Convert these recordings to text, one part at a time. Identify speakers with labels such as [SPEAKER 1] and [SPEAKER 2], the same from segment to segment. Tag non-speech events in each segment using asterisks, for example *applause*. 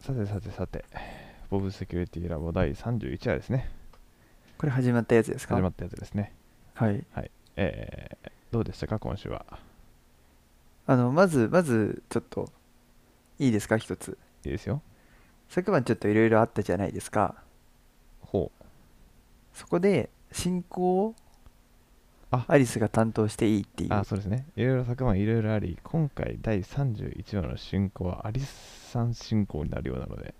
[SPEAKER 1] さてさてさて、ボブセキュリティラボ第31話ですね。
[SPEAKER 2] これ始まったやつですか
[SPEAKER 1] 始まったやつですね。
[SPEAKER 2] はい。
[SPEAKER 1] えー、どうでしたか、今週は。
[SPEAKER 2] あの、まず、まず、ちょっと、いいですか、一つ。
[SPEAKER 1] いいですよ。
[SPEAKER 2] 昨晩ちょっといろいろあったじゃないですか。
[SPEAKER 1] ほう。
[SPEAKER 2] そこで、進行を
[SPEAKER 1] あ
[SPEAKER 2] アリスが担当していいっていう。
[SPEAKER 1] あ、そうですね。いろいろ昨晩いろいろあり、今回第31話の進行はアリスさん進行になるようなので、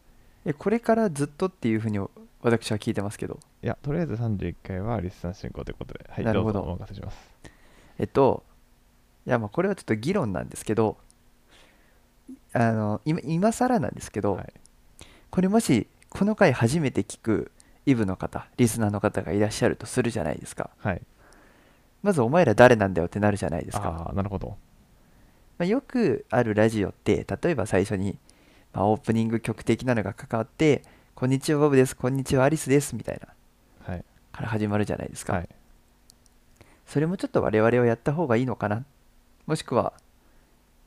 [SPEAKER 2] え、これからずっとっていうふうに私は聞いてますけど。
[SPEAKER 1] いや、とりあえず31回はアリスさん進行ということで、はい、
[SPEAKER 2] なる
[SPEAKER 1] どう
[SPEAKER 2] ほ
[SPEAKER 1] ぞ
[SPEAKER 2] ど
[SPEAKER 1] お任せします。
[SPEAKER 2] えっと、いや、まあ、これはちょっと議論なんですけど、あの、今、今更なんですけど、
[SPEAKER 1] はい
[SPEAKER 2] これもし、この回初めて聞くイブの方、リスナーの方がいらっしゃるとするじゃないですか。
[SPEAKER 1] はい。
[SPEAKER 2] まず、お前ら誰なんだよってなるじゃないですか。
[SPEAKER 1] ああ、なるほど。
[SPEAKER 2] まあ、よくあるラジオって例えば最初に、まあ、オープニング曲的なのが関わって「こんにちはボブですこんにちはアリスです」みたいな
[SPEAKER 1] はい。
[SPEAKER 2] から始まるじゃないですか、
[SPEAKER 1] はい。
[SPEAKER 2] それもちょっと我々はやった方がいいのかなもしくは、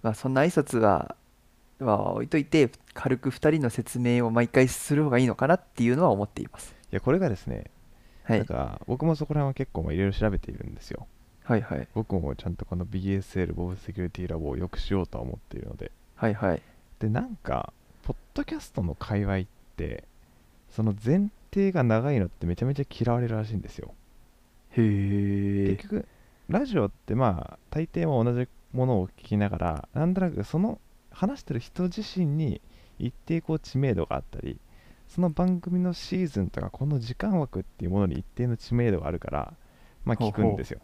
[SPEAKER 2] まあ、そんな挨拶は、まあ、置いといて軽く2人の説明を毎回する方がいいのかなっていうのは思っています、
[SPEAKER 1] いや、これがですね、
[SPEAKER 2] はい、
[SPEAKER 1] なんか、僕もそこら辺は結構まあいろいろ調べているんですよ。
[SPEAKER 2] はいはい
[SPEAKER 1] 僕もちゃんとこの BSL ボブセキュリティラボを良くしようとは思っているので
[SPEAKER 2] はいはい
[SPEAKER 1] でなんかポッドキャストの界隈ってその前提が長いのってめちゃめちゃ嫌われるらしいんですよ
[SPEAKER 2] へえ
[SPEAKER 1] 結局ラジオってまあ大抵は同じものを聞きながらなんとなくその話してる人自身に一定こう知名度があったりその番組のシーズンとかこの時間枠っていうものに一定の知名度があるからまあ
[SPEAKER 2] ほう
[SPEAKER 1] 聞
[SPEAKER 2] ほ
[SPEAKER 1] く
[SPEAKER 2] うん
[SPEAKER 1] ですよ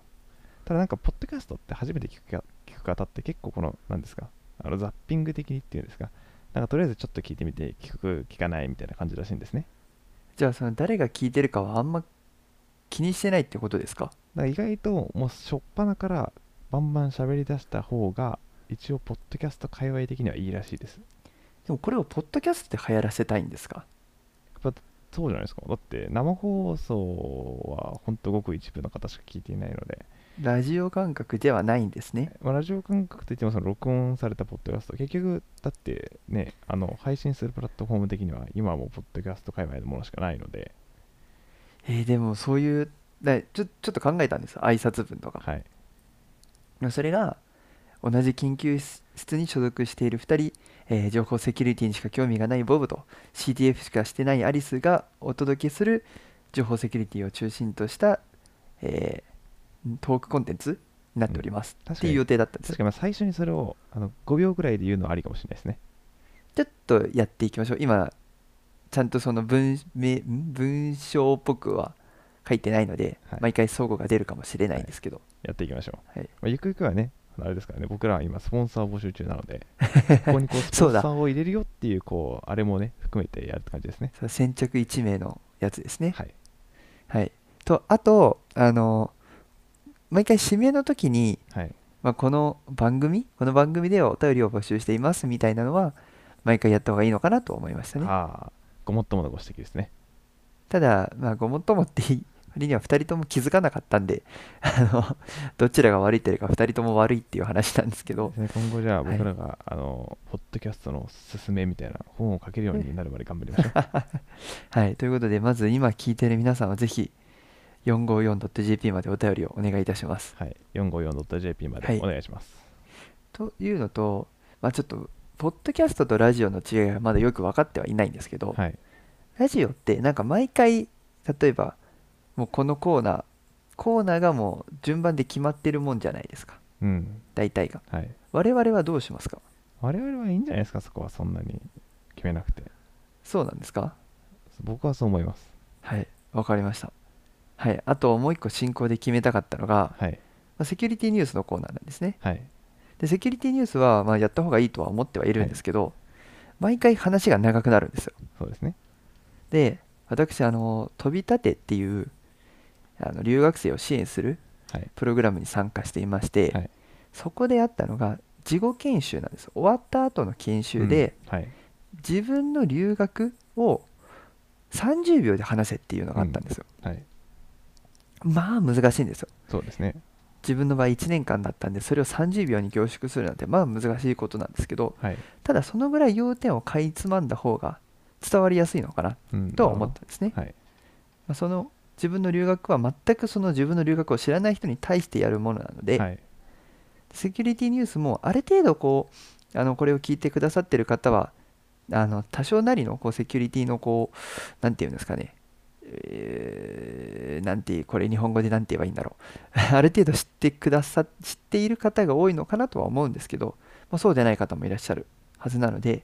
[SPEAKER 1] ただなんかポッドキャストって初めて聞くか聞く方って結構この何ですかあのザッピング的にっていうんですかなんかとりあえずちょっと聞いてみて聞く聞かないみたいな感じらしいんですね
[SPEAKER 2] じゃあその誰が聞いてるかはあんま気にしてないってことですか
[SPEAKER 1] だから意外ともう初っ端からバンバン喋り出した方が一応ポッドキャスト界隈的にはいいらしいです
[SPEAKER 2] でもこれをポッドキャストで流行らせたいんですか
[SPEAKER 1] そうじゃないですかだって生放送はほんとごく一部の方しか聞いていないので、
[SPEAKER 2] ラジオ感覚ではないんですね。
[SPEAKER 1] まあ、ラジオ感覚といってもその録音されたポッドキャスト結局だってねあの配信するプラットフォーム的には今はもうポッドキャスト界隈のものしかないので
[SPEAKER 2] えーでもそういうだちょちょっと考えたんです挨拶文とか。
[SPEAKER 1] はい
[SPEAKER 2] でもそれが同じ研究室に所属している2人、えー情報セキュリティにしか興味がないボブと CTF しかしてないアリスがお届けする情報セキュリティを中心とした、えートークコンテンツになっております、
[SPEAKER 1] うん
[SPEAKER 2] っていう予定だったんです
[SPEAKER 1] 確かにまあ最初にそれをあの5秒ぐらいで言うのはありかもしれないですね
[SPEAKER 2] ちょっとやっていきましょう今ちゃんとその文めん文章っぽくは書いてないので、
[SPEAKER 1] はい
[SPEAKER 2] 毎回相互が出るかもしれないんですけど、
[SPEAKER 1] やっていきましょう、
[SPEAKER 2] はい
[SPEAKER 1] まあ、ゆくゆくはねあれですからね僕らは今スポンサーを募集中なの
[SPEAKER 2] *laughs*
[SPEAKER 1] でここにこうスポ
[SPEAKER 2] そ
[SPEAKER 1] ン
[SPEAKER 2] う
[SPEAKER 1] サ
[SPEAKER 2] だ
[SPEAKER 1] ーを入れるよっていうこうあれもね含めてやるって感じですね
[SPEAKER 2] その先着1名のやつですね
[SPEAKER 1] はい
[SPEAKER 2] はい、とあとあの毎回指名の時に、
[SPEAKER 1] はい
[SPEAKER 2] まあ、この番組この番組ではお便りを募集していますみたいなのは毎回やった方がいいのかなと思いましたね
[SPEAKER 1] ああごもっとものご指摘ですね
[SPEAKER 2] ただ、まあ、ごもっともっていい割には2人とも気づかなかったんであのどちらが悪いっていうか2人とも悪いっていう話なんですけど
[SPEAKER 1] ですね今後じゃあ
[SPEAKER 2] はい
[SPEAKER 1] 僕らが、あのポッドキャストのすすめみたいな本を書けるようになるまで頑張りま
[SPEAKER 2] *laughs*
[SPEAKER 1] しょう
[SPEAKER 2] はいということでまず今聞いてる皆さんはぜひ 454.jp までお便りをお願いいたします
[SPEAKER 1] はい 454.jp ま
[SPEAKER 2] は
[SPEAKER 1] で
[SPEAKER 2] い
[SPEAKER 1] お願いします
[SPEAKER 2] というのと、まあ、ちょっとポッドキャストとラジオの違いはまだよく分かってはいないんですけど、
[SPEAKER 1] はい
[SPEAKER 2] ラジオってなんか毎回例えばもうこのコーナーコーナーがもう順番で決まってるもんじゃないですか
[SPEAKER 1] うん
[SPEAKER 2] 大体が
[SPEAKER 1] はい
[SPEAKER 2] 我々はどうしますか
[SPEAKER 1] 我々はいいんじゃないですかそこはそんなに決めなくて
[SPEAKER 2] そうなんですか
[SPEAKER 1] 僕はそう思います
[SPEAKER 2] はいわかりましたはいあともう一個進行で決めたかったのが、
[SPEAKER 1] はい
[SPEAKER 2] まあセキュリティニュースのコーナーなんですね
[SPEAKER 1] はい
[SPEAKER 2] でセキュリティニュースはまあやった方がいいとは思ってはいるんですけど、毎回話が長くなるんですよ
[SPEAKER 1] そうですね
[SPEAKER 2] で私あの飛び立てっていうあの留学生を支援する
[SPEAKER 1] はい
[SPEAKER 2] プログラムに参加していまして、
[SPEAKER 1] はい
[SPEAKER 2] そこであったのが事後研修なんです終わった後の研修で、、
[SPEAKER 1] うんはい
[SPEAKER 2] 自分の留学を30秒で話せっていうのがあったんですよ、
[SPEAKER 1] はい
[SPEAKER 2] まあ難しいんですよ
[SPEAKER 1] そうですね
[SPEAKER 2] 自分の場合1年間だったんでそれを30秒に凝縮するなんてまあ難しいことなんですけど
[SPEAKER 1] はい、
[SPEAKER 2] ただそのぐらい要点をかいつまんだ方が伝わりやすいのかな
[SPEAKER 1] うん
[SPEAKER 2] とは思ったんですね、
[SPEAKER 1] はい
[SPEAKER 2] まあ、その自分の留学は全くその自分の留学を知らない人に対してやるものなので、
[SPEAKER 1] はい
[SPEAKER 2] セキュリティニュースもある程度こうあのこれを聞いてくださってる方はあの多少なりのこうセキュリティのこうなんていうんですかね、えーなんてこれ日本語でなんて言えばいいんだろう *laughs* ある程度知ってくださ知っている方が多いのかなとは思うんですけど、まあ、そうでない方もいらっしゃるはずなので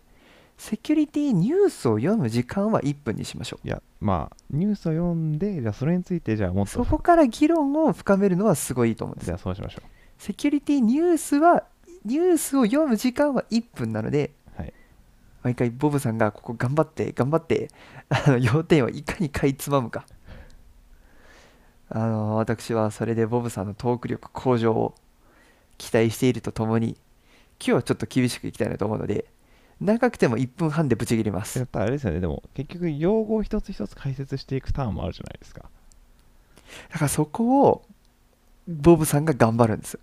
[SPEAKER 2] セキュリティニュースを読む時間は1分にしましょう
[SPEAKER 1] いやまあニュースを読んでじゃあそれについてじゃあもっと
[SPEAKER 2] そこから議論を深めるのはすごいいいと思うんです
[SPEAKER 1] じゃあそうしましょ
[SPEAKER 2] セキュリティニュースはニュースを読む時間は1分なので
[SPEAKER 1] うはい
[SPEAKER 2] 毎回ボブさんがここ頑張って頑張ってあの要点をいかにかいつまむかあの私はそれでボブさんのトーク力向上を期待しているとともに今日はちょっと厳しくいきたいなと思うので長くても1分半でブチ切りま
[SPEAKER 1] や
[SPEAKER 2] す
[SPEAKER 1] っぱあれですよねでも結局用語を一つ一つ解説していくターンもあるじゃないですか
[SPEAKER 2] だからそこをボブさんが頑張るんです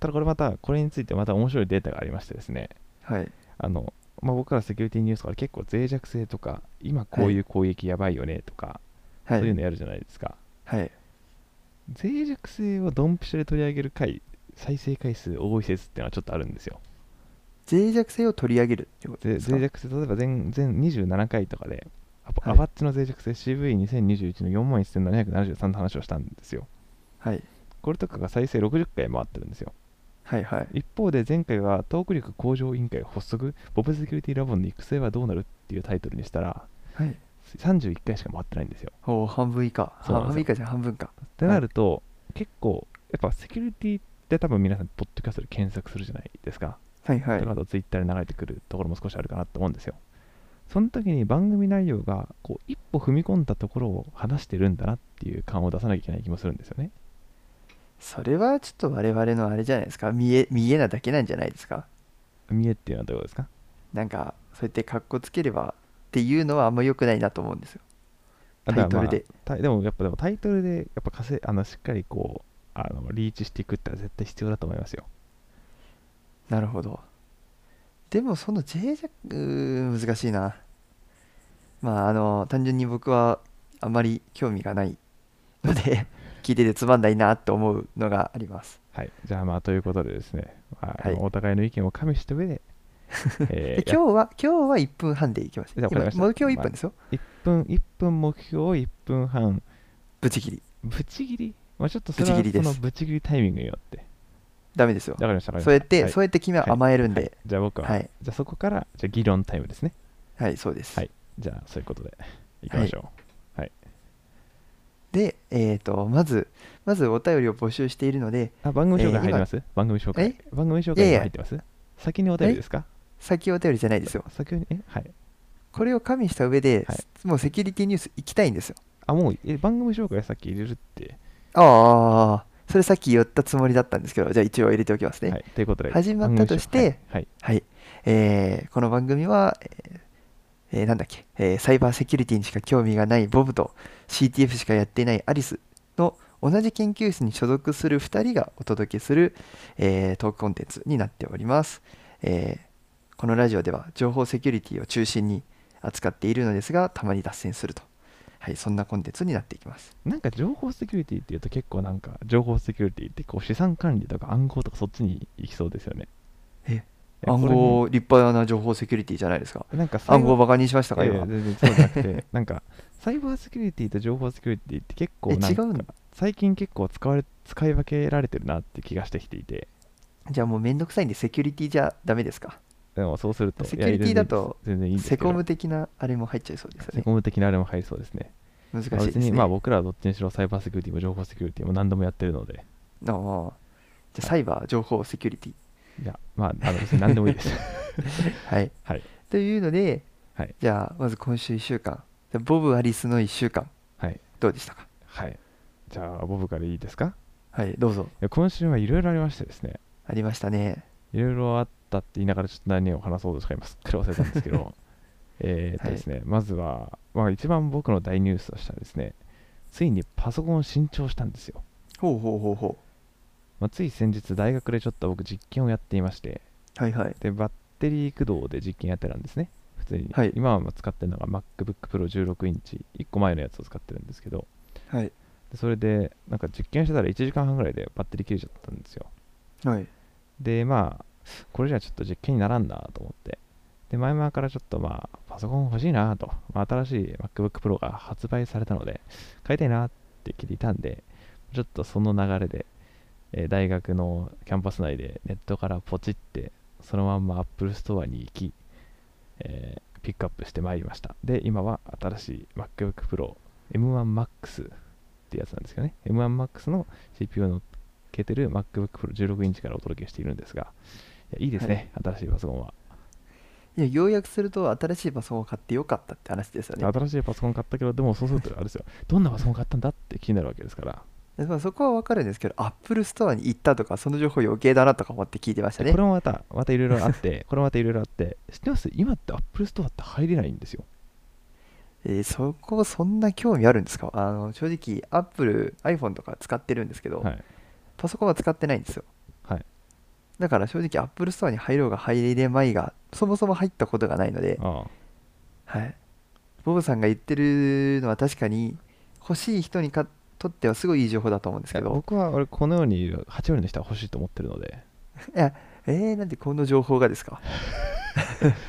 [SPEAKER 1] ただこれまたこれについてまた面白いデータがありましてですね
[SPEAKER 2] はい
[SPEAKER 1] あの、まあ、僕らセキュリティニュースから結構脆弱性とか今こういう攻撃やばいよねとか、
[SPEAKER 2] は
[SPEAKER 1] そういう
[SPEAKER 2] い
[SPEAKER 1] のやるじゃないですか
[SPEAKER 2] はい
[SPEAKER 1] 脆弱性をドンピシャで取り上げる回再生回数多い説っていうのはちょっとあるんですよ
[SPEAKER 2] 脆弱性を取り上げるっていうこと
[SPEAKER 1] で
[SPEAKER 2] ですか
[SPEAKER 1] 脆弱性例えば全全27回とかでアパ,、
[SPEAKER 2] はい
[SPEAKER 1] ッチの脆弱性 CV2021 の41,773の話をしたんですよ
[SPEAKER 2] はい
[SPEAKER 1] これとかが再生60回回ってるんですよ
[SPEAKER 2] はいはい
[SPEAKER 1] 一方で前回はトーク力向上委員会発足ボブセキュリティラボンの育成はどうなるっていうタイトルにしたら
[SPEAKER 2] はい
[SPEAKER 1] 31回しか回ってないんですよ
[SPEAKER 2] おお半分以下
[SPEAKER 1] そうなんですよ
[SPEAKER 2] 半分以下じゃん半分か
[SPEAKER 1] ってなると、結構やっぱセキュリティって多分皆さんポッドキャストで検索するじゃないですか、
[SPEAKER 2] はいはい
[SPEAKER 1] とかあとツイッターで流れてくるところも少しあるかなと思うんですよその時に番組内容がこう一歩踏み込んだところを話してるんだなっていう感を出さなきゃいけない気もするんですよね
[SPEAKER 2] それはちょっと我々のあれじゃないですか見え見えなだけなんじゃないですか
[SPEAKER 1] 見えっていうのはどういうことですか
[SPEAKER 2] なんかそうやってかっこつければっていうのはあんま良くないなと思うんですよ
[SPEAKER 1] あ
[SPEAKER 2] タイトルで、
[SPEAKER 1] たでもやっぱでもタイトルでやっぱ稼いあのしっかりこうあのリーチしていくってのは絶対必要だと思いますよ
[SPEAKER 2] なるほどでもその脆弱うー難しいなまああの単純に僕はあまり興味がないの
[SPEAKER 1] *laughs*
[SPEAKER 2] で聞いててつまんないなと思うのがあります
[SPEAKER 1] はいじゃあまあということでですね、まあ
[SPEAKER 2] はい
[SPEAKER 1] お互いの意見を加味
[SPEAKER 2] *laughs*
[SPEAKER 1] した上で、え
[SPEAKER 2] で今日は今日は1分半でいきまし
[SPEAKER 1] じゃ
[SPEAKER 2] た
[SPEAKER 1] あわかり
[SPEAKER 2] 今
[SPEAKER 1] ました
[SPEAKER 2] 目標1分ですよ
[SPEAKER 1] 1分1分目標を1分半
[SPEAKER 2] ぶち切り
[SPEAKER 1] ぶち切りまあちょっとそれは
[SPEAKER 2] ぶち切り
[SPEAKER 1] そ
[SPEAKER 2] です
[SPEAKER 1] のぶち切りタイミングによって
[SPEAKER 2] ダメですよ
[SPEAKER 1] わかりましたわかりました
[SPEAKER 2] そうやって、
[SPEAKER 1] はい
[SPEAKER 2] そうやって君は甘えるんで、
[SPEAKER 1] はいじゃあ僕は、
[SPEAKER 2] はい
[SPEAKER 1] じゃあそこからじゃあ議論タイムですね
[SPEAKER 2] はい、そうです。
[SPEAKER 1] はいじゃあそういうことでいきましょう
[SPEAKER 2] で、えっ、と、まず、まずお便りを募集しているので、
[SPEAKER 1] あ番組紹介入ります、番組紹介番組紹
[SPEAKER 2] いやい
[SPEAKER 1] 介
[SPEAKER 2] や
[SPEAKER 1] 入ってます先にお便りですか
[SPEAKER 2] 先お便りじゃないですよ。
[SPEAKER 1] 先にえはい
[SPEAKER 2] これを加味した上で、
[SPEAKER 1] はい
[SPEAKER 2] もうセキュリティニュース行きたいんですよ。
[SPEAKER 1] あもうえ番組紹介さっき入れるって、
[SPEAKER 2] ああ、それさっき言ったつもりだったんですけど、じゃあ一応入れておきますね。
[SPEAKER 1] はい、ということで
[SPEAKER 2] 始まったとして
[SPEAKER 1] 番組紹介
[SPEAKER 2] はい、えーこの番組は、えーえーなんだっけ、えーサイバーセキュリティにしか興味がないボブと CTF しかやっていないアリスの同じ研究室に所属する2人がお届けする、えートークコンテンツになっております、えーこのラジオでは情報セキュリティを中心に扱っているのですがたまに脱線すると、はい、そんなコンテンツになっていきます
[SPEAKER 1] はい、なんか情報セキュリティっていうと結構なんか情報セキュリティってこう資産管理とか暗号とかそっちに行きそうですよね
[SPEAKER 2] え
[SPEAKER 1] いや
[SPEAKER 2] 暗
[SPEAKER 1] これね
[SPEAKER 2] 号立派な情報セキュリティじゃないですか
[SPEAKER 1] なんかサイ
[SPEAKER 2] 暗
[SPEAKER 1] バ
[SPEAKER 2] 号
[SPEAKER 1] ー
[SPEAKER 2] バカにしましたか
[SPEAKER 1] いやい
[SPEAKER 2] 今
[SPEAKER 1] や全然そうじゃなくてなん
[SPEAKER 2] *laughs*
[SPEAKER 1] かサイバーセキュリティと情報セキュリティって結構
[SPEAKER 2] え
[SPEAKER 1] なん
[SPEAKER 2] 違
[SPEAKER 1] か
[SPEAKER 2] うんだ
[SPEAKER 1] 最近結構使われ使い分けられてるなって気がしてきていて
[SPEAKER 2] じゃあもうめんどくさいんでセキュリティじゃダメですか
[SPEAKER 1] でもそうすると
[SPEAKER 2] セキュリティだと
[SPEAKER 1] いや全然いいんです
[SPEAKER 2] セ
[SPEAKER 1] けど
[SPEAKER 2] コム的なあれも入っちゃいそうですよ
[SPEAKER 1] セ
[SPEAKER 2] ね
[SPEAKER 1] コム的なあれも入りそうですね
[SPEAKER 2] 難しい
[SPEAKER 1] まあ
[SPEAKER 2] で
[SPEAKER 1] 別
[SPEAKER 2] すね
[SPEAKER 1] にまあ僕らはどっちにしろサイバーセキュリティも情報セキュリティも何度もやってるので
[SPEAKER 2] ああじゃあサイバー情報セキュリティ
[SPEAKER 1] いやまああの別に何でも
[SPEAKER 2] *laughs*
[SPEAKER 1] いいです
[SPEAKER 2] はい
[SPEAKER 1] はい
[SPEAKER 2] というので、
[SPEAKER 1] はい
[SPEAKER 2] じゃあまず今週1週間じゃあボブ・アリスの1週間
[SPEAKER 1] はい
[SPEAKER 2] どうでしたか
[SPEAKER 1] はいじゃあボブからいいですか
[SPEAKER 2] はいどうぞ
[SPEAKER 1] いや今週はいろいろありましてですね
[SPEAKER 2] ありましたね
[SPEAKER 1] いろいろあったって言いながらちょっと何を話そうとしてますっかり忘れたんですけ
[SPEAKER 2] *laughs*
[SPEAKER 1] どえーっとですね、まずは、まあ、一番僕の大ニュースとしてはですねついにパソコンを新調したんですよ
[SPEAKER 2] おほうほうほうほ
[SPEAKER 1] まあ、つい先日大学でちょっと僕実験をやっていまして
[SPEAKER 2] うはいはい
[SPEAKER 1] でバッテリー駆動で実験やってたんですね普通に、
[SPEAKER 2] はい
[SPEAKER 1] 今は使ってるのが MacBookPro16 インチ1個前のやつを使ってるんですけど
[SPEAKER 2] はい
[SPEAKER 1] でそれでなんか実験してたら1時間半ぐらいでバッテリー切れちゃったんですよ
[SPEAKER 2] はい
[SPEAKER 1] でまあこれじゃちょっと実験にならんなと思ってで前々からちょっとまあパソコン欲しいなと、まあ、新しい MacBookPro が発売されたので買いたいなって聞いたんでちょっとその流れで、えー大学のキャンパス内でネットからポチってそのまんま Apple Store に行き、えーピックアップしてまいりましたで今は新しい MacBookPro M1Max ってやつなんですけどね M1Max の CPU のけてる MacBookPro16 インチからお届けしているんですがいやいいですね、新しいパソコンは、
[SPEAKER 2] いや要約すると新しいパソコンを買ってよかったって話ですよね
[SPEAKER 1] 新しいパソコン買ったけどでもそうするとあれですよどんなパソコン買ったんだって気になるわけですから
[SPEAKER 2] でまあそこは分かるんですけどアップルストアに行ったとかその情報余計だなとか思って聞いてましたね
[SPEAKER 1] これもまたまたいろいろあって *laughs* これもまたいろいろあって知ってます今って Apple Store って入れないんですよ
[SPEAKER 2] えーそこそんな興味あるんですかあの正直アップル iPhone とか使ってるんですけど、
[SPEAKER 1] はい
[SPEAKER 2] パソコンは使ってないんですよ
[SPEAKER 1] はい
[SPEAKER 2] だから正直アップルストアに入ろうが入れまいがそもそも入ったことがないので、
[SPEAKER 1] ああ
[SPEAKER 2] はい、ボブさんが言ってるのは確かに欲しい人にかとってはすごいいい情報だと思うんですけ
[SPEAKER 1] いや
[SPEAKER 2] ど
[SPEAKER 1] 僕は俺このようにいる8割の人は欲しいと思ってるので
[SPEAKER 2] いやえー、なんでこの情報がですか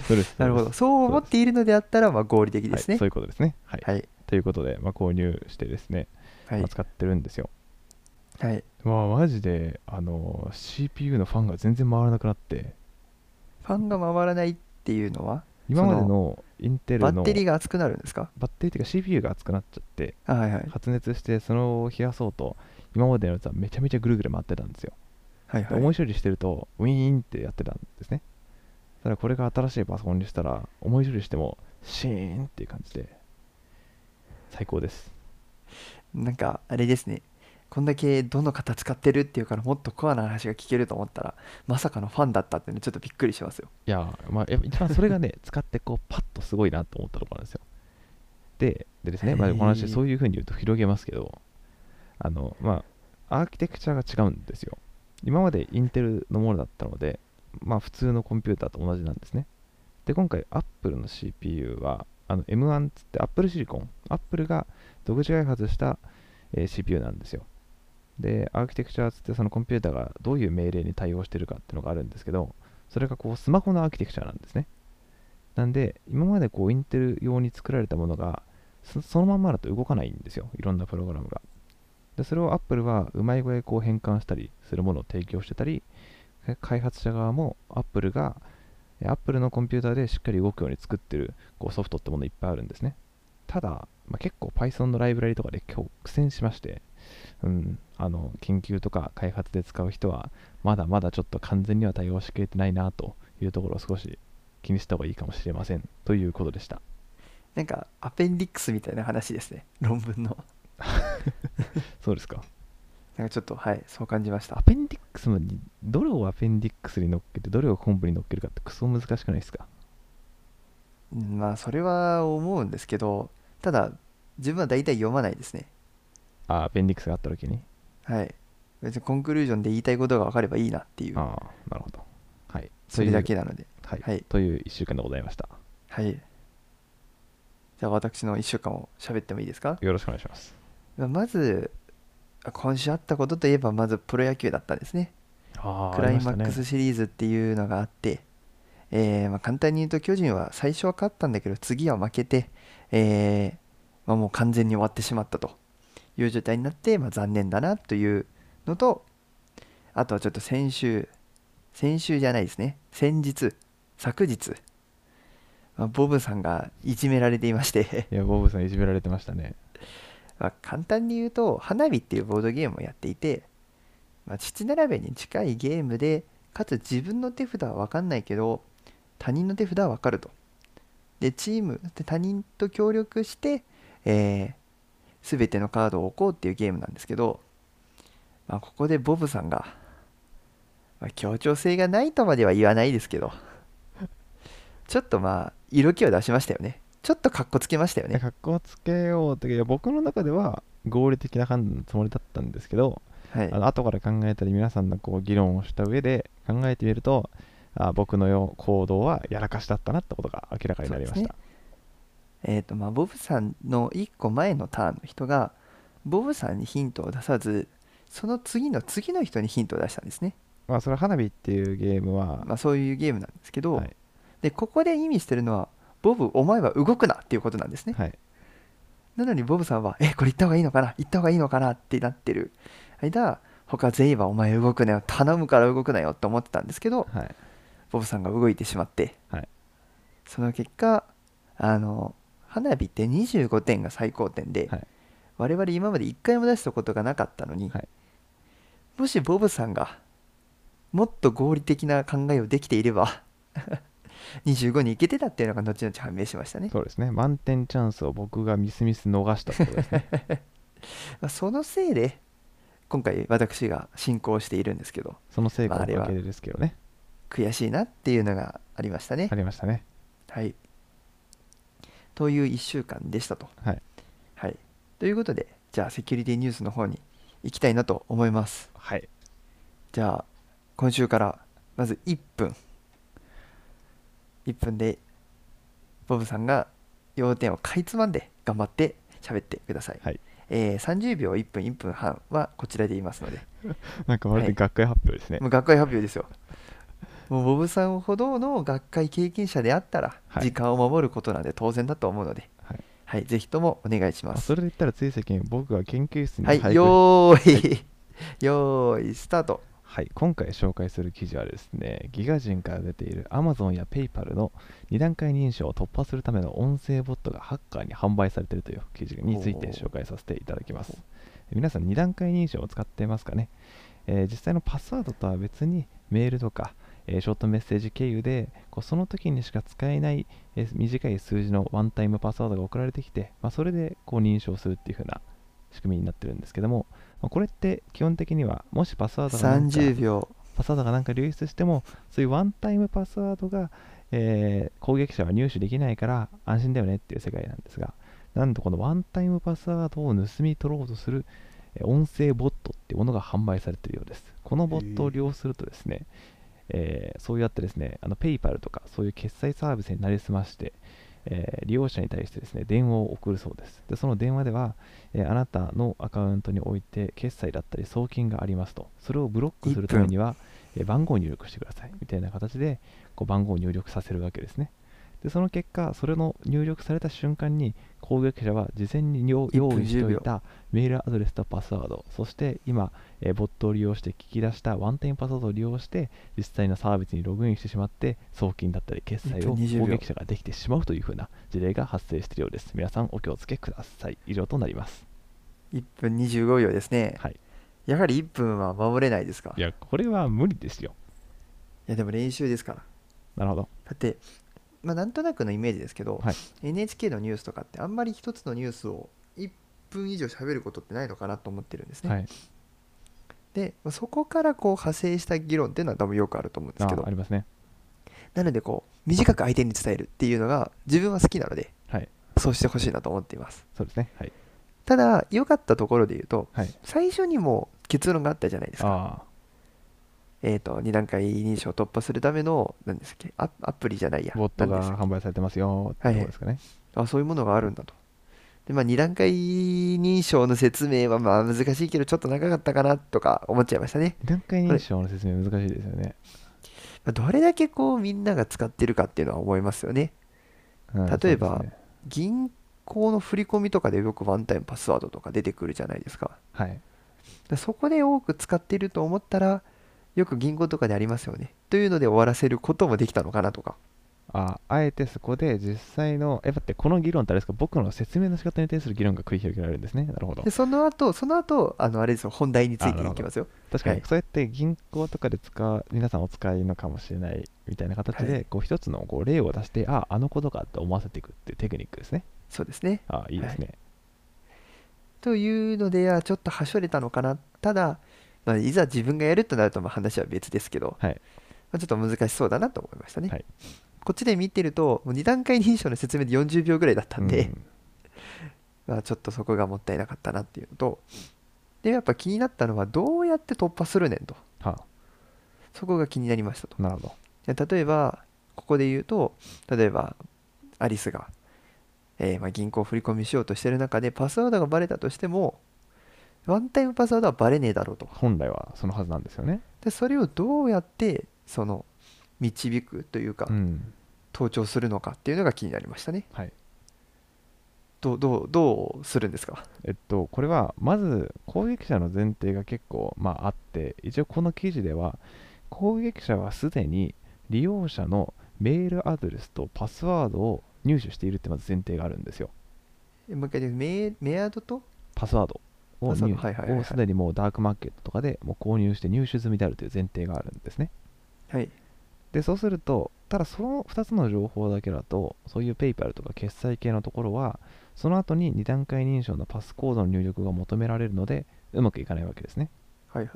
[SPEAKER 1] そうです
[SPEAKER 2] *laughs* なる
[SPEAKER 1] そ
[SPEAKER 2] ほ
[SPEAKER 1] う
[SPEAKER 2] ど
[SPEAKER 1] です
[SPEAKER 2] そう思っているのであったらまあ合理的です
[SPEAKER 1] は
[SPEAKER 2] ね
[SPEAKER 1] い、そういうことですねはい、
[SPEAKER 2] はい
[SPEAKER 1] ということで、まあ、購入してですね、
[SPEAKER 2] はい
[SPEAKER 1] まあ、使ってるんですよ
[SPEAKER 2] はい
[SPEAKER 1] まあマジであの CPU のファンが全然回らなくなって
[SPEAKER 2] ファンが回らないっていうのは
[SPEAKER 1] 今までのインテル
[SPEAKER 2] バ
[SPEAKER 1] の
[SPEAKER 2] ッテリーが熱くなるんですか
[SPEAKER 1] バッテリーっていうか CPU が熱くなっちゃって
[SPEAKER 2] あはいはい
[SPEAKER 1] 発熱してそれを冷やそうと今までのやつはめちゃめちゃぐるぐる回ってたんですよ、
[SPEAKER 2] はい
[SPEAKER 1] で
[SPEAKER 2] はい
[SPEAKER 1] 重い処理してるとウィーンってやってたんですねただこれが新しいパソコンにしたら重い処理してもシーンっていう感じで最高です
[SPEAKER 2] なんかあれですねこんだけどの型使ってるっていうからもっとコアな話が聞けると思ったらまさかのファンだったっていうのちょっとびっくりしますよ
[SPEAKER 1] いやー、まあ、やっぱ一番それが
[SPEAKER 2] *laughs*
[SPEAKER 1] ね、使ってこう、パッとすごいなと思ったところなんですよ。で、でですね、まあ、
[SPEAKER 2] へー
[SPEAKER 1] お話、そういうふうに言うと広げますけど、あの、まあ、アーキテクチャが違うんですよ。今までインテルのものだったので、まあ、普通のコンピューターと同じなんですね。で、今回、Apple の CPU は、あの M1 っつって Apple シリコン、Apple が独自開発した、えー CPU なんですよ。で、アーキテクチャっつってそのコンピューターがどういう命令に対応してるかっていうのがあるんですけど、それがこうスマホのアーキテクチャなんですね。なんで、今までこうインテル用に作られたものがそそのまんまだと動かないんですよ、いろんなプログラムが。でそれを Apple はうまい具合こう変換したりするものを提供してたり、え開発者側も Apple が、え Apple のコンピューターでしっかり動くように作ってるこうソフトってものいっぱいあるんですね。ただ、まあ、結構 Python のライブラリとかで今日苦戦しまして、うん、あの研究とか開発で使う人はまだまだちょっと完全には対応しきれてないなというところを少し気にした方がいいかもしれませんということでした。
[SPEAKER 2] なんかアペンディックスみたいな話ですね *laughs* 論文の
[SPEAKER 1] そうですか。
[SPEAKER 2] なんかちょっとはいそう感じまし
[SPEAKER 1] ア
[SPEAKER 2] た
[SPEAKER 1] ペンディックスのに、どれをアペンディックスに乗っけて、どれを昆布に乗っけるかってクソ難しくないですか
[SPEAKER 2] うんまあそれは思うんですけどただ自分は大体読まないですね
[SPEAKER 1] あアペンディックスがあった時に。
[SPEAKER 2] はい別にコンクルージョンで言いたいことが分かればいいなっていう
[SPEAKER 1] ああ、なるほど。はい。
[SPEAKER 2] それだけ
[SPEAKER 1] だ。
[SPEAKER 2] なので
[SPEAKER 1] はい。
[SPEAKER 2] はい
[SPEAKER 1] という1週間でございました。
[SPEAKER 2] はいじゃあ私の1週間を喋ってもいいですか
[SPEAKER 1] よろしくお願いします。
[SPEAKER 2] まあまずあ今週あったことといえばまずプロ野球だったんですね
[SPEAKER 1] あ
[SPEAKER 2] クライマックスシリーズっていうのがあってえーまあ簡単に言うと巨人は最初は勝ったんだけど次は負けて、えーまあもう完全に終わってしまったという状態になって、まあ、残念だなというのとあとはちょっと先週先週じゃないですね先日昨日、まあボブさんがいじめられていまして
[SPEAKER 1] いや、ボブさんいじめられてましたね。
[SPEAKER 2] まあ、簡単に言うと「花火」っていうボードゲームをやっていて、まあ、七並べに近いゲームでかつ自分の手札は分かんないけど他人の手札は分かると。でチームで他人と協力して、えー、全てのカードを置こうっていうゲームなんですけど、まあ、ここでボブさんが、まあ、協調性がないとまでは言わないですけどちょっとまあ色気を出しましたよねちょっとかっこつけましたよね
[SPEAKER 1] 格好つけようって、いや、僕の中では合理的な判断のつもりだったんですけど、
[SPEAKER 2] はい
[SPEAKER 1] あの後から考えたり皆さんのこう議論をした上で考えてみるとあ僕のよ行動はやらかしだったなってことが明らかになりま
[SPEAKER 2] そう
[SPEAKER 1] し
[SPEAKER 2] です
[SPEAKER 1] た。
[SPEAKER 2] えーとまあ、ボブさんの1個前のターンの人がボブさんにヒントを出さずその次の次の人にヒントを出したんですね、
[SPEAKER 1] まあそれは花火っていうゲームは、
[SPEAKER 2] まあ、そういうゲームなんですけど、
[SPEAKER 1] はい
[SPEAKER 2] でここで意味してるのはボブお前は動くなっていうことなんですね、
[SPEAKER 1] はい、
[SPEAKER 2] なのにボブさんはえこれ行った方がいいのかな行った方がいいのかなってなってる間他全員はお前動くなよ頼むから動くなよって思ってたんですけど
[SPEAKER 1] はい、
[SPEAKER 2] ボブさんが動いてしまって、
[SPEAKER 1] はい
[SPEAKER 2] その結果あの花火って25点が最高点で、
[SPEAKER 1] はい
[SPEAKER 2] 我々今まで1回も出したことがなかったのに、
[SPEAKER 1] はい
[SPEAKER 2] もしボブさんがもっと合理的な考えをできていれば *laughs* 25に行けてたっていうのが後々判明しましたね、
[SPEAKER 1] そうですね満点チャンスを僕がミスミス逃したってことで
[SPEAKER 2] *laughs*
[SPEAKER 1] すね
[SPEAKER 2] まあ、そのせいで今回私が進行しているんですけど
[SPEAKER 1] その成果
[SPEAKER 2] ま
[SPEAKER 1] の
[SPEAKER 2] ああれ
[SPEAKER 1] お
[SPEAKER 2] は
[SPEAKER 1] かげですけどね、
[SPEAKER 2] 悔しいなっていうのがありましたね
[SPEAKER 1] あ、りましたね
[SPEAKER 2] はい。という1週間でしたと。
[SPEAKER 1] はい、
[SPEAKER 2] はい、ということで、じゃあセキュリティニュースの方に行きたいなと思います。
[SPEAKER 1] はい
[SPEAKER 2] じゃあ、今週からまず1分。1分で、ボブさんが要点をかいつまんで頑張って喋ってください。
[SPEAKER 1] はい
[SPEAKER 2] えー30秒1分1分半はこちらで言いますので、
[SPEAKER 1] なんかまる
[SPEAKER 2] は
[SPEAKER 1] で
[SPEAKER 2] い
[SPEAKER 1] 学会発表ですね、
[SPEAKER 2] もう学会発表ですよ。もうボブさんほどの学会経験者であったら、
[SPEAKER 1] はい
[SPEAKER 2] 時間を守ることなんで当然だと思うので、
[SPEAKER 1] はい
[SPEAKER 2] はい、ぜひともお願いしま
[SPEAKER 1] あ
[SPEAKER 2] す。
[SPEAKER 1] それで言ったらつい最近僕が研究室に
[SPEAKER 2] は
[SPEAKER 1] 入
[SPEAKER 2] い、
[SPEAKER 1] り、
[SPEAKER 2] よーい、 *laughs* よーい、スタート。
[SPEAKER 1] はい、今回紹介する記事はですね、ギガ人から出ている Amazon や PayPal の2段階認証を突破するための音声ボットがハッカーに販売されているという記事について
[SPEAKER 2] おー
[SPEAKER 1] 紹介させていただきます。皆さん、2段階認証を使ってますかね、えー実際のパスワードとは別にメールとか、えーショートメッセージ経由でこうその時にしか使えない、えー短い数字のワンタイムパスワードが送られてきて、まあ、それでこう認証するっていう風な仕組みになってるんですけども、まあこれって基本的にはもしパスワードがなんか
[SPEAKER 2] 30秒。
[SPEAKER 1] パスワードがなんか流出してもそういうワンタイムパスワードが、えー攻撃者は入手できないから安心だよねっていう世界なんですがなんとこのワンタイムパスワードを盗み取ろうとするえー音声ボットっていうものが販売されているようですこのボットを利用するとですね、えーそうやってですねあの PayPal とかそういう決済サービスになりすましてえー利用者に対してですね電話を送るそうですでその電話では、えーあなたのアカウントにおいて決済だったり送金がありますとそれをブロックするためには、えー番号を入力してくださいみたいな形でこう番号を入力させるわけですねでその結果それの入力された瞬間に攻撃者は事前に用
[SPEAKER 2] 1分
[SPEAKER 1] 用意しておい
[SPEAKER 2] 10
[SPEAKER 1] たメールアドレスとパスワードそして今、えーボットを利用して聞き出したワンタイムパスワードを利用して実際のサービスにログインしてしまって送金だったり決済を
[SPEAKER 2] 1分20秒
[SPEAKER 1] 攻撃者ができてしまうというふうな事例が発生しているようです皆さんお気をつけください以上となります
[SPEAKER 2] 1分25秒ですね。
[SPEAKER 1] はい
[SPEAKER 2] やはり1分は守れないですか
[SPEAKER 1] いやこれは無理ですよ
[SPEAKER 2] いや、でも練習ですから。
[SPEAKER 1] なるほど
[SPEAKER 2] だって、まあ、なんとなくのイメージですけど、
[SPEAKER 1] はい
[SPEAKER 2] NHK のニュースとかってあんまり一つのニュースを1分以上喋ることってないのかなと思ってるんですね。
[SPEAKER 1] はい
[SPEAKER 2] でまあそこからこう派生した議論っていうのは多分よくあると思うんです
[SPEAKER 1] あ
[SPEAKER 2] けど
[SPEAKER 1] ありますね
[SPEAKER 2] なのでこう短く相手に伝えるっていうのが自分は好きなので
[SPEAKER 1] はい
[SPEAKER 2] そうしてほしいなと思っています
[SPEAKER 1] そうですねはい
[SPEAKER 2] ただ良かったところで言うと
[SPEAKER 1] はい
[SPEAKER 2] 最初にもう結論があったじゃないですか
[SPEAKER 1] あ
[SPEAKER 2] えっ、と2段階認証を突破するための何ですっけアアプリじゃないや
[SPEAKER 1] あボット
[SPEAKER 2] 何です
[SPEAKER 1] が販売されてますよって
[SPEAKER 2] はい
[SPEAKER 1] とこですかね
[SPEAKER 2] あそういうものがあるんだとでまあ2段階認証の説明はまあ難しいけどちょっと長かったかなとか思っちゃいましたね、
[SPEAKER 1] 二段階認証の説明難しいですよね、
[SPEAKER 2] まあどれだけこうみんなが使ってるかっていうのは思いますよね
[SPEAKER 1] うん
[SPEAKER 2] 例えば
[SPEAKER 1] そうですね
[SPEAKER 2] 銀行の振り込みとかでよくワンタイムパスワードとか出てくるじゃないですか
[SPEAKER 1] はい
[SPEAKER 2] でそこで多く使っていると思ったらよく銀行とかでありますよねというので終わらせることもできたのかなとか
[SPEAKER 1] ああえてそこで実際のえ待ってこの議論ってあれですか僕の説明の仕方に対する議論が繰り広げられるんですねなるほど
[SPEAKER 2] でその後その後あのあれですよ本題につ
[SPEAKER 1] あ
[SPEAKER 2] い
[SPEAKER 1] な
[SPEAKER 2] て
[SPEAKER 1] る
[SPEAKER 2] い
[SPEAKER 1] ほど
[SPEAKER 2] きますよ
[SPEAKER 1] 確か
[SPEAKER 2] は
[SPEAKER 1] に
[SPEAKER 2] い
[SPEAKER 1] そうやって銀行とかで使う皆さんお使いのかもしれないみたいな形で、
[SPEAKER 2] はい
[SPEAKER 1] こう一つのこう例を出してあああのことかって思わせていくっていうテクニックですね
[SPEAKER 2] そうですね
[SPEAKER 1] あいいですね、
[SPEAKER 2] というのであちょっとはしょれたのかなただ、まあ、いざ自分がやるとなるとまあ話は別ですけど、
[SPEAKER 1] はい
[SPEAKER 2] まあ、ちょっと難しそうだなと思いましたね、
[SPEAKER 1] はい
[SPEAKER 2] こっちで見てるともう2段階認証の説明で40秒ぐらいだったんで、
[SPEAKER 1] うん
[SPEAKER 2] まあ、ちょっとそこがもったいなかったなっていうのとでやっぱ気になったのはどうやって突破するねんと
[SPEAKER 1] は
[SPEAKER 2] そこが気になりましたと
[SPEAKER 1] あなるほど
[SPEAKER 2] で例えばここで言うと例えばアリスが、えーまあ、銀行振り込みしようとしてる中でパスワードがバレたとしてもワンタイムパスワードはバレねえだろうと
[SPEAKER 1] 本来はそのはずなんですよね
[SPEAKER 2] でそれをどうやってその導くというか
[SPEAKER 1] うん
[SPEAKER 2] 盗聴するのかっていうのが気になりましたね
[SPEAKER 1] はい
[SPEAKER 2] どうどうどうするんですか
[SPEAKER 1] えっとこれはまず攻撃者の前提が結構まああって一応この記事では攻撃者はすでに利用者のメールアドレスとパスワードを入手しているってまず前提があるんですよ
[SPEAKER 2] えもう一回言うメメアドと
[SPEAKER 1] パスワードを
[SPEAKER 2] パスワード
[SPEAKER 1] 入
[SPEAKER 2] はいはいはいはい
[SPEAKER 1] をすでにもうダークマーケットとかでもう購入して入手済みであるという前提があるんですね
[SPEAKER 2] はい
[SPEAKER 1] でそうするとただその2つの情報だけだとそういうペイパルとか決済系のところはその後に2段階認証のパスコードの入力が求められるのでうまくいかないわけですね
[SPEAKER 2] はいはい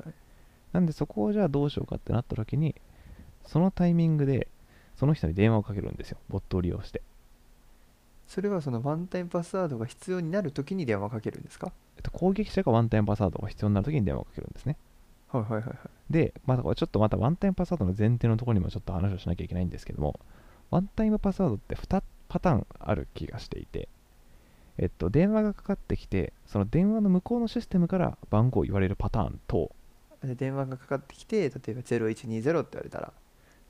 [SPEAKER 1] なんでそこをじゃあどうしようかってなった時にそのタイミングでその人に電話をかけるんですよボットを利用して
[SPEAKER 2] それはそのワンタイムパスワードが必要になるときに電話かけるんですか
[SPEAKER 1] えっと攻撃者がワンタイムパスワードが必要になる時に電話をかけるんですね
[SPEAKER 2] はいはいはいはい
[SPEAKER 1] で、まあ、これちょっとまたワンタイムパスワードの前提のところにもちょっと話をしなきゃいけないんですけども、ワンタイムパスワードって2パターンある気がしていて、えっと、電話がかかってきて、その電話の向こうのシステムから番号を言われるパターンと、
[SPEAKER 2] で電話がかかってきて例えば0120って言われたら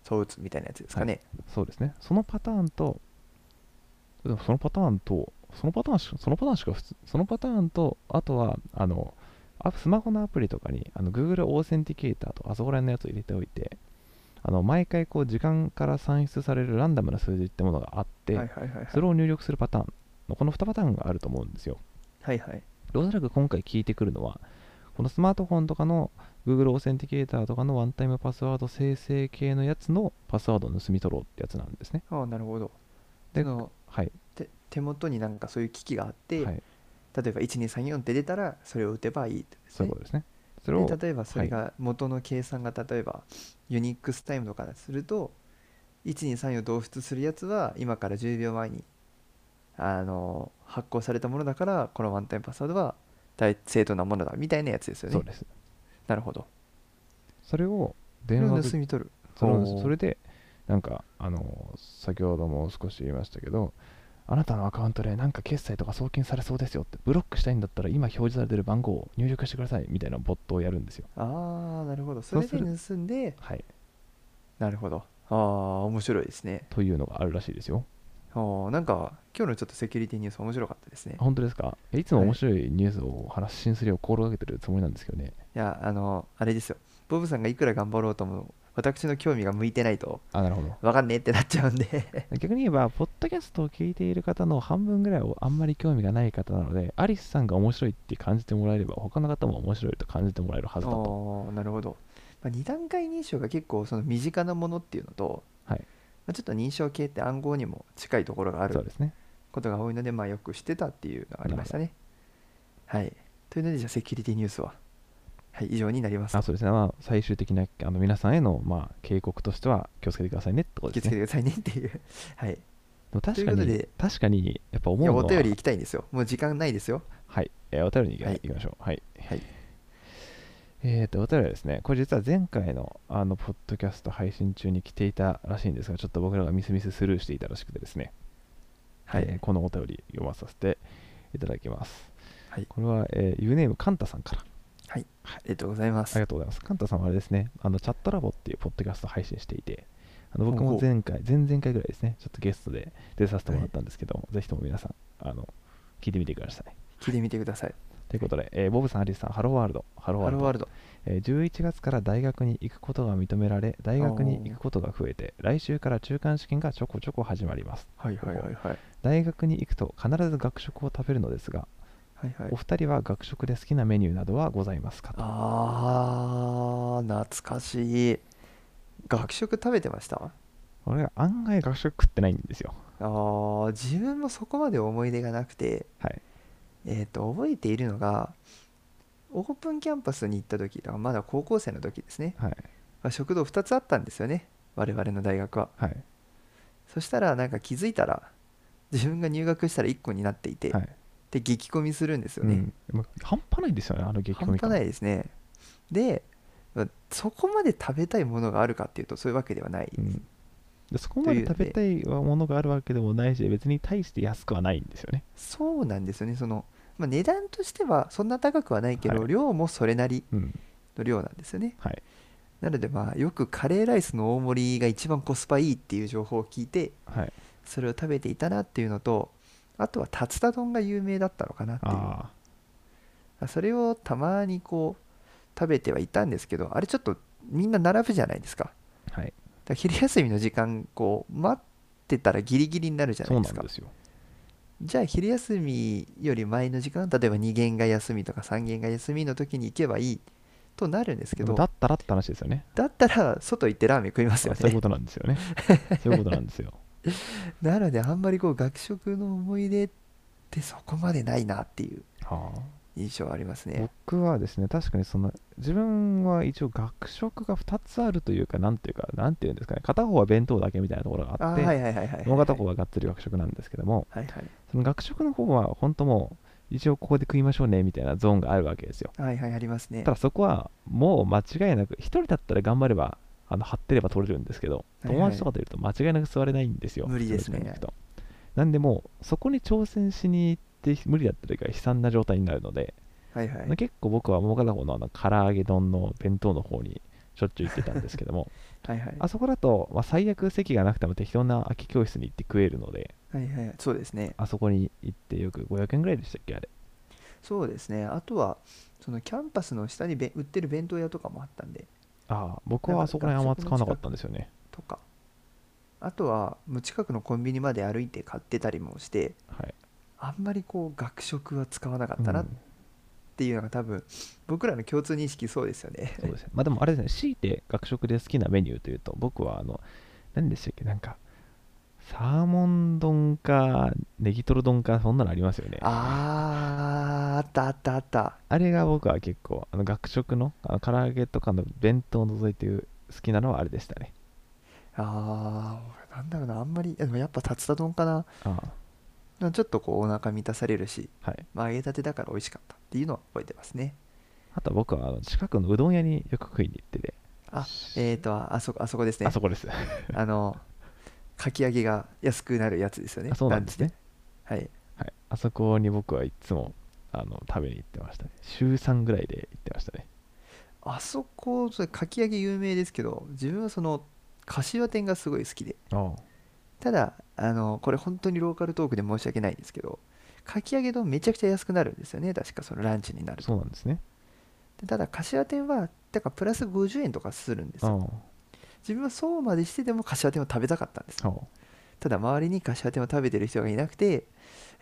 [SPEAKER 2] そう打つみたいなやつですかね、
[SPEAKER 1] そうですね、そのパターンと、でもそのパターンと、そのパターンしか、そのパターンしか普通、そのパターンと、あとは、あの、アプスマホのアプリとかにあの Google オーセンティケーターとあそこら辺のやつを入れておいて、あの毎回こう時間から算出されるランダムな数字ってものがあって、
[SPEAKER 2] はいはいはいはい
[SPEAKER 1] それを入力するパターンのこの2パターンがあると思うんですよ。
[SPEAKER 2] はいはい
[SPEAKER 1] でおそらく今回聞いてくるのは、このスマートフォンとかの Google オーセンティケーターとかのワンタイムパスワード生成系のやつのパスワードを盗み取ろうってやつなんですね。
[SPEAKER 2] ああなるほど
[SPEAKER 1] で
[SPEAKER 2] での
[SPEAKER 1] はい。
[SPEAKER 2] て手元になんかそういう機器があって、
[SPEAKER 1] はい、
[SPEAKER 2] 例えば1234って出たらそれを打てばいいってこと
[SPEAKER 1] そういう
[SPEAKER 2] で
[SPEAKER 1] ことですね。そ
[SPEAKER 2] す
[SPEAKER 1] れ
[SPEAKER 2] ね
[SPEAKER 1] を、
[SPEAKER 2] で例えばそれが元の計算が例えばユニックスタイムとかだとすると1234を同出するやつは今から10秒前にあの発行されたものだからこのワンタイムパスワードは大正当なものだみたいなやつですよね
[SPEAKER 1] そうです。
[SPEAKER 2] なるほど
[SPEAKER 1] それを
[SPEAKER 2] それ
[SPEAKER 1] 電
[SPEAKER 2] を
[SPEAKER 1] 話
[SPEAKER 2] 盗
[SPEAKER 1] 口
[SPEAKER 2] み取る
[SPEAKER 1] それ
[SPEAKER 2] おー
[SPEAKER 1] それでなんかあの先ほども少し言いましたけどあなたのアカウントでなんか決済とか送金されそうですよってブロックしたいんだったら今表示されてる番号を入力してくださいみたいなボットをやるんですよ
[SPEAKER 2] ああなるほどそ
[SPEAKER 1] そう
[SPEAKER 2] れ
[SPEAKER 1] す
[SPEAKER 2] で
[SPEAKER 1] る
[SPEAKER 2] 盗んで
[SPEAKER 1] はい
[SPEAKER 2] なるほどああ面白いですね
[SPEAKER 1] というのがあるらしいですよ
[SPEAKER 2] あーなんか今日のちょっとセキュリティニュース面白かったですね
[SPEAKER 1] 本当ですかえいつも面白いニュースを発信するよう心がけてるつもりなんですけどね
[SPEAKER 2] いやあのあれですよボブさんがいくら頑張ろうとも私の興味が向いてないと
[SPEAKER 1] あなるほど
[SPEAKER 2] 分かんねえってなっちゃうんで
[SPEAKER 1] 逆に言えばポッドキャストを聞いている方の半分ぐらいをあんまり興味がない方なのでアリスさんが面白いって感じてもらえれば他の方も面白いと感じてもらえるはずだと
[SPEAKER 2] おーなるほど、まあ、2段階認証が結構その身近なものっていうのと、
[SPEAKER 1] はい
[SPEAKER 2] まあ、ちょっと認証系って暗号にも近いところがあ
[SPEAKER 1] そう
[SPEAKER 2] る
[SPEAKER 1] ですね
[SPEAKER 2] ことが多いので、まあ、よく知ってたっていうのがありましたねはいというのでじゃあセキュリティニュースは、はい、以上になります
[SPEAKER 1] あそうですね、まあ、最終的なあの皆さんへの、まあ、警告としては気をつけてくださいねってことで
[SPEAKER 2] 気をつ
[SPEAKER 1] す
[SPEAKER 2] けて
[SPEAKER 1] ね。
[SPEAKER 2] くださいねっていう *laughs* はい
[SPEAKER 1] でも確か
[SPEAKER 2] ということ
[SPEAKER 1] に
[SPEAKER 2] で、
[SPEAKER 1] 確かに、やっぱ
[SPEAKER 2] い
[SPEAKER 1] 思う
[SPEAKER 2] や
[SPEAKER 1] の
[SPEAKER 2] お
[SPEAKER 1] は、
[SPEAKER 2] 便り行きたいんですよもう時間ないですよ
[SPEAKER 1] はい、えーお便りに行き,、
[SPEAKER 2] はい
[SPEAKER 1] い、きましょう。はい。
[SPEAKER 2] はい
[SPEAKER 1] えっと、お便りはですね、これ実は前回の、あの、ポッドキャスト配信中に来ていたらしいんですが、ちょっと僕らがミスミススルーしていたらしくてですね、
[SPEAKER 2] はい、
[SPEAKER 1] えーこのお便り読ませさせていただきます。
[SPEAKER 2] はい
[SPEAKER 1] これは、えー、ユーネームカンタさんから。
[SPEAKER 2] ありがとうございま
[SPEAKER 1] あり
[SPEAKER 2] す
[SPEAKER 1] がとうございます。カンタさんはあれですね、あのチャットラボっていうポッドキャストを配信していて、あの僕
[SPEAKER 2] ほうほ
[SPEAKER 1] も
[SPEAKER 2] う
[SPEAKER 1] 前回、前々回ぐらいですね、ちょっとゲストで出させてもらったんですけども、ぜひとも皆さん、あの聞いてみてください。
[SPEAKER 2] 聞いてみてください
[SPEAKER 1] ということで、えーボブさん、アリスさん、ハローワールド、ハローワ
[SPEAKER 2] ハ
[SPEAKER 1] ール
[SPEAKER 2] ロー
[SPEAKER 1] ド
[SPEAKER 2] ワールド
[SPEAKER 1] えー11月から大学に行くことが認められ、大学に
[SPEAKER 2] おー
[SPEAKER 1] 行くことが増えて、来週から中間試験がちょこちょこ始まります。
[SPEAKER 2] はいはいはいはい
[SPEAKER 1] 大学に行くと必ず学食を食べるのですが、
[SPEAKER 2] はいはい
[SPEAKER 1] お二人は学食で好きなメニューなどはございますかと
[SPEAKER 2] あー懐かしい学食食べてました
[SPEAKER 1] 俺は案外学食食ってないんですよ。
[SPEAKER 2] あー自分もそこまで思い出がなくて
[SPEAKER 1] はい。
[SPEAKER 2] えっ、と覚えているのがオープンキャンパスに行った時だからまだ高校生の時ですね、
[SPEAKER 1] はい。
[SPEAKER 2] まあ、食堂2つあったんですよね我々の大学は
[SPEAKER 1] はい。
[SPEAKER 2] そしたらなんか気づいたら自分が入学したら1個になっていて、
[SPEAKER 1] はい
[SPEAKER 2] で激コミするんですよ
[SPEAKER 1] う
[SPEAKER 2] ね、
[SPEAKER 1] んまあ半端ないですよねあの激コ
[SPEAKER 2] 半
[SPEAKER 1] ミ感
[SPEAKER 2] 端ないですねでまあそこまで食べたいものがあるかっていうとそういうわけではない、
[SPEAKER 1] うん、でそこまで食べたいものがあるわけでもないし別に大して安くはないんですよね
[SPEAKER 2] そうなんですよねその、まあ、値段としてはそんな高くはないけど、
[SPEAKER 1] はい
[SPEAKER 2] 量もそれなり
[SPEAKER 1] うん
[SPEAKER 2] の量なんですよね
[SPEAKER 1] はい
[SPEAKER 2] なのでまあよくカレーライスの大盛りが一番コスパいいっていう情報を聞いて
[SPEAKER 1] はい
[SPEAKER 2] それを食べていたなっていうのとあとは竜田丼が有名だったのかなっていう
[SPEAKER 1] あ
[SPEAKER 2] それをたまにこう食べてはいたんですけどあれちょっとみんな並ぶじゃないですかだか
[SPEAKER 1] あはい
[SPEAKER 2] ら昼休みの時間こう待ってたらギリギリになるじゃな
[SPEAKER 1] そう
[SPEAKER 2] い
[SPEAKER 1] な
[SPEAKER 2] です
[SPEAKER 1] ん
[SPEAKER 2] か
[SPEAKER 1] ですよ
[SPEAKER 2] じゃあ昼休みより前の時間例えば2限が休みとか3限が休みの時に行けばいいとなるんですけど
[SPEAKER 1] だ
[SPEAKER 2] だ
[SPEAKER 1] ったらって話ですよね
[SPEAKER 2] ったら外行ってラーメン食いますよ
[SPEAKER 1] そういう
[SPEAKER 2] ね
[SPEAKER 1] ことなんですよ
[SPEAKER 2] *laughs*
[SPEAKER 1] ねそういうことなんですよ
[SPEAKER 2] なのであんまりこう学食の思い出ってそこまでないなっていう
[SPEAKER 1] はあ
[SPEAKER 2] 印象はありますね
[SPEAKER 1] 僕はですね確かにその自分は一応学食が2つあるというかなんていうかなんていうんですかね片方は弁当だけみたいなところがあ
[SPEAKER 2] あ
[SPEAKER 1] っ
[SPEAKER 2] ー
[SPEAKER 1] て
[SPEAKER 2] はいはいはいはい
[SPEAKER 1] もう片方
[SPEAKER 2] は
[SPEAKER 1] はがっつり学食なんですけども
[SPEAKER 2] いはい
[SPEAKER 1] その学食の方は本当もう一応ここで食いましょうねみたいなゾーンがあるわけですよ
[SPEAKER 2] はいはいありますね
[SPEAKER 1] ただそこはもう間違いなく1人だったら頑張ればあの張ってれば取れるんですけど
[SPEAKER 2] いはい
[SPEAKER 1] 友達とかといると間違いなく座れないんですよ
[SPEAKER 2] 無理です
[SPEAKER 1] その
[SPEAKER 2] ね
[SPEAKER 1] 時間に行くとなんでもうそこに挑戦しに行って無理だったりが悲惨な状態になるので
[SPEAKER 2] はいはい
[SPEAKER 1] 結構僕はもう片方のあの唐揚げ丼の弁当の方にしょっちゅう行ってたんですけども
[SPEAKER 2] *laughs* はいはい
[SPEAKER 1] あそこだと、まあ、最悪席がなくても適当な空き教室に行って食えるので
[SPEAKER 2] はいはいそうですね
[SPEAKER 1] あそこに行ってよく500円ぐらいでしたっけあれ
[SPEAKER 2] そうですねあとはそのキャンパスの下にべ売ってる弁当屋とかもあったんで
[SPEAKER 1] ああ僕はあそこら辺あんま使わなかったんですよね
[SPEAKER 2] とかあとはもう近くのコンビニまで歩いて買ってたりもして
[SPEAKER 1] はい
[SPEAKER 2] あんまりこう学食は使わなかったな
[SPEAKER 1] う
[SPEAKER 2] っ
[SPEAKER 1] ん
[SPEAKER 2] ていうのが多分僕らの共通認識そうですよね
[SPEAKER 1] そうですね。まあでもあれですね、強いて学食で好きなメニューというと、僕はあの、何でしたっけ、なんか、サーモン丼か、ネギトロ丼か、そんなのありますよね。
[SPEAKER 2] あーあったあったあった
[SPEAKER 1] あれが僕は結構、あの学食の、あの唐揚げとかの弁当を除いて好きなのはあれでしたね。
[SPEAKER 2] あーなんだろうなあんまりでもやっぱ竜田丼かな
[SPEAKER 1] ああ
[SPEAKER 2] なんかちょっとこうお腹満たされるし、
[SPEAKER 1] はい。
[SPEAKER 2] まあ、揚げたてだから美味しかったっていうのは覚えてますね
[SPEAKER 1] あとは僕はあの近くのうどん屋によく食いに行ってて、
[SPEAKER 2] あえーとああそこあそこですね
[SPEAKER 1] あそこです。
[SPEAKER 2] あのかき揚げが安くなるやつですよね
[SPEAKER 1] あそうなんですね。
[SPEAKER 2] なんですね
[SPEAKER 1] はい。あそこに僕はいつも、あの食べに行ってましたね。週3ぐらいで行ってましたね。
[SPEAKER 2] はいあそこそれかき揚げ有名ですけど自分はその柏店がすごい好きで
[SPEAKER 1] あ
[SPEAKER 2] ただあのこれ本当にローカルトークで申し訳ないんですけどかき揚げ丼めちゃくちゃ安くなるんですよね確かそのランチになると
[SPEAKER 1] そうなんですね。
[SPEAKER 2] でただ柏店はだからプラス50円とかするんですよ
[SPEAKER 1] あ
[SPEAKER 2] 自分はそうまでしてでも柏店を食べたかったんです
[SPEAKER 1] ああ
[SPEAKER 2] ただ周りに柏店を食べてる人がいなくて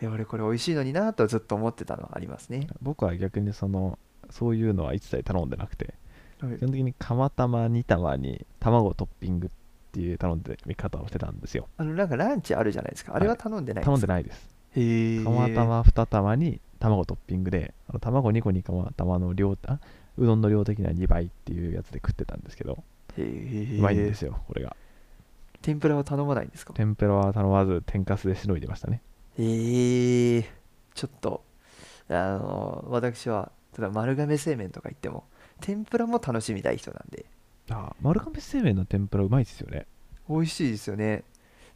[SPEAKER 2] え俺これ美味しいのになとずっと思ってたのはありますね
[SPEAKER 1] 僕は逆にそのそういうのは一切頼んでなくて
[SPEAKER 2] はい
[SPEAKER 1] 基本的に釜玉煮玉に卵トッピングっていう頼んで見方をしてたんですよ
[SPEAKER 2] あのなんかランチあるじゃないですかあれは頼んでない
[SPEAKER 1] 頼んで
[SPEAKER 2] ない
[SPEAKER 1] ないです
[SPEAKER 2] へえ
[SPEAKER 1] 釜玉2玉に卵トッピングであの卵2個に釜玉の量あうどんの量的には2倍っていうやつで食ってたんですけど
[SPEAKER 2] へえ
[SPEAKER 1] うまいんですよこれが
[SPEAKER 2] 天ぷらは頼まないんですか
[SPEAKER 1] 天ぷらは頼まず天かすでしのいでましたね
[SPEAKER 2] ええちょっとあの私はただ丸亀製麺とか行っても天ぷらも楽しみたい人なんで
[SPEAKER 1] あ丸亀製麺の天ぷらうまいですよね
[SPEAKER 2] 美味しいですよね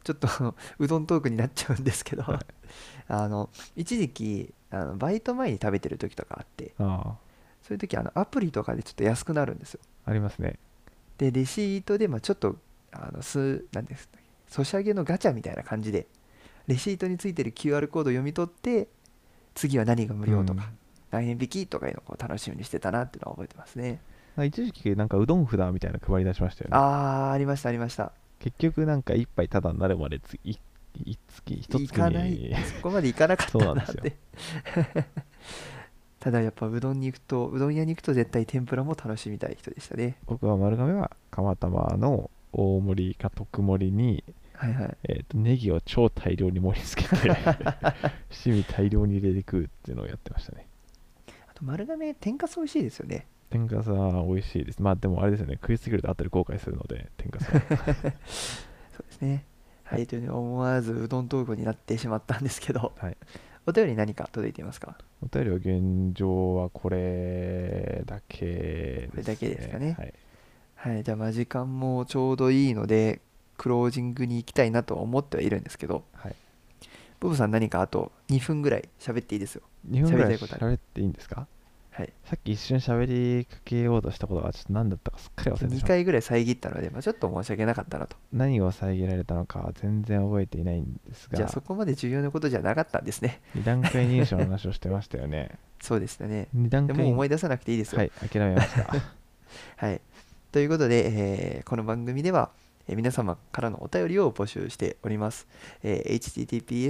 [SPEAKER 2] ちょっと *laughs* あのうどんトークになっちゃうんですけど
[SPEAKER 1] はい
[SPEAKER 2] *laughs* あの一時期あのバイト前に食べてる時とかあって
[SPEAKER 1] あ
[SPEAKER 2] そういう時あのアプリとかでちょっと安くなるんですよ
[SPEAKER 1] あありますね
[SPEAKER 2] でレシートで、まあ、ちょっとあのすなんですかソシャゲのガチャみたいな感じでレシートについてる QR コードを読み取って次は何が無料とか、何円引きとかいうのをこう楽しみにしてたなっていうのは覚えてますね
[SPEAKER 1] うん一時期なんかうどん札みたいなの配り出しましたよね
[SPEAKER 2] あーありましたありました
[SPEAKER 1] 結局なんか一杯ただになるまでついい月一月
[SPEAKER 2] 行かない
[SPEAKER 1] に
[SPEAKER 2] そこまで行かなかった
[SPEAKER 1] そうなん
[SPEAKER 2] な
[SPEAKER 1] で
[SPEAKER 2] っ
[SPEAKER 1] すよ
[SPEAKER 2] てただやっぱうどんに行くとうどん屋に行くと絶対天ぷらも楽しみたい人でしたね
[SPEAKER 1] *laughs* 僕は丸亀は釜玉の大盛りか特盛りに、
[SPEAKER 2] はいはい
[SPEAKER 1] えー、とネギを超大量に盛り付け
[SPEAKER 2] *laughs*
[SPEAKER 1] て七味大量に入れて食うっていうのをやってましたね
[SPEAKER 2] あと丸亀天かす美味しいですよね
[SPEAKER 1] 天かすは美味しいですまあでもあれですよね食いすぎると後で後悔するので天かす
[SPEAKER 2] *laughs*
[SPEAKER 1] は
[SPEAKER 2] そうですね。はい、というので思わずうどんトークになってしまったんですけど、
[SPEAKER 1] はい
[SPEAKER 2] お便り何か届いていますか
[SPEAKER 1] お便りは現状はこれだけです、ね、
[SPEAKER 2] これだけですかね
[SPEAKER 1] はい、
[SPEAKER 2] はい、じゃあまあ時間もちょうどいいのでクロージングに行きたいなとは思ってはいるんですけど
[SPEAKER 1] はい、
[SPEAKER 2] ボブさん何かあと2分ぐらい喋っていいですよ
[SPEAKER 1] 2分ぐら
[SPEAKER 2] 喋
[SPEAKER 1] い
[SPEAKER 2] りたいことあ
[SPEAKER 1] 喋っていいんですか
[SPEAKER 2] はい
[SPEAKER 1] さっき一瞬喋りかけようとしたことがちょっと何だったかすっかり忘れてし
[SPEAKER 2] 2
[SPEAKER 1] まった
[SPEAKER 2] 回ぐらい遮ったので、まあ、ちょっと申し訳なかったなと
[SPEAKER 1] 何を遮られたのかは全然覚えていないんです
[SPEAKER 2] じゃあ
[SPEAKER 1] が
[SPEAKER 2] そこまで重要なことじゃなかったんですね
[SPEAKER 1] 2段階認証の話をしてましたよね
[SPEAKER 2] そうでしたね
[SPEAKER 1] 2段
[SPEAKER 2] *laughs* で
[SPEAKER 1] 階
[SPEAKER 2] もう思い出さなくていいですよ
[SPEAKER 1] はい諦めました *laughs*
[SPEAKER 2] はい。ということで、えーこの番組では、えー皆様からのお便りを募集しております。えー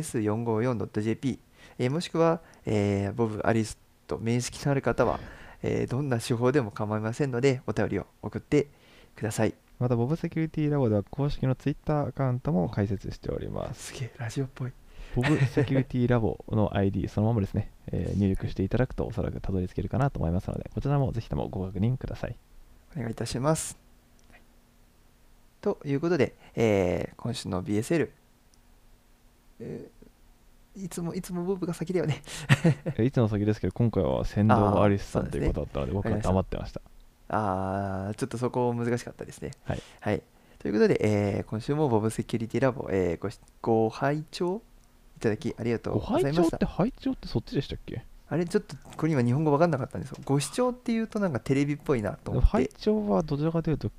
[SPEAKER 2] https454.jp、えーもしくは、えーボブ・アリスと面識のある方は、えーどんな手法でも構いませんので、お便りを送ってください。
[SPEAKER 1] またボブセキュリティラボでは公式のツイッターアカウントも開設しております
[SPEAKER 2] *laughs* すげえ、ラジオっぽい。
[SPEAKER 1] ボブセキュリティラボの ID そのままですね、えー入力していただくとおそらくたどり着けるかなと思いますのでこちらもぜひともご確認くだ
[SPEAKER 2] *laughs*
[SPEAKER 1] さい
[SPEAKER 2] お願いいたします。ということで、えー今週の BSL、えーいつもいつもボブが先だよね。
[SPEAKER 1] えいつも先ですけど今回は先導アリスさん
[SPEAKER 2] あー
[SPEAKER 1] ということだったので僕は黙ってました
[SPEAKER 2] あーちょっとそこ難しかったですね。
[SPEAKER 1] はい、
[SPEAKER 2] ということで、えー今週もボブセキュリティラボ、えーごしご拝聴いただきありがとう
[SPEAKER 1] ご
[SPEAKER 2] ござ
[SPEAKER 1] 拝
[SPEAKER 2] いま
[SPEAKER 1] 聴っ
[SPEAKER 2] した
[SPEAKER 1] て。拝聴ってそっちでしたっけ
[SPEAKER 2] あれちょっとこれ今日本語わかんなかったんですよ。ご視聴っていうとなんかテレビっぽいなと思っ
[SPEAKER 1] 拝
[SPEAKER 2] て、
[SPEAKER 1] 聴はどちらかというと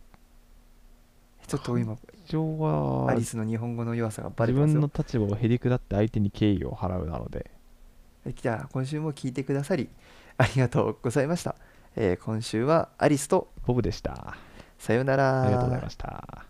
[SPEAKER 2] ちょっと今
[SPEAKER 1] 拝聴は
[SPEAKER 2] アリスの日本語の弱さがバレ
[SPEAKER 1] 自
[SPEAKER 2] てます
[SPEAKER 1] 分
[SPEAKER 2] よ
[SPEAKER 1] の。立場をへりくだって相手に敬意を払うなので
[SPEAKER 2] じゃあ今週も聞いてくださりありがとうございました。えー今週はアリスと
[SPEAKER 1] ボブでした
[SPEAKER 2] さようなら。
[SPEAKER 1] ありがとうございました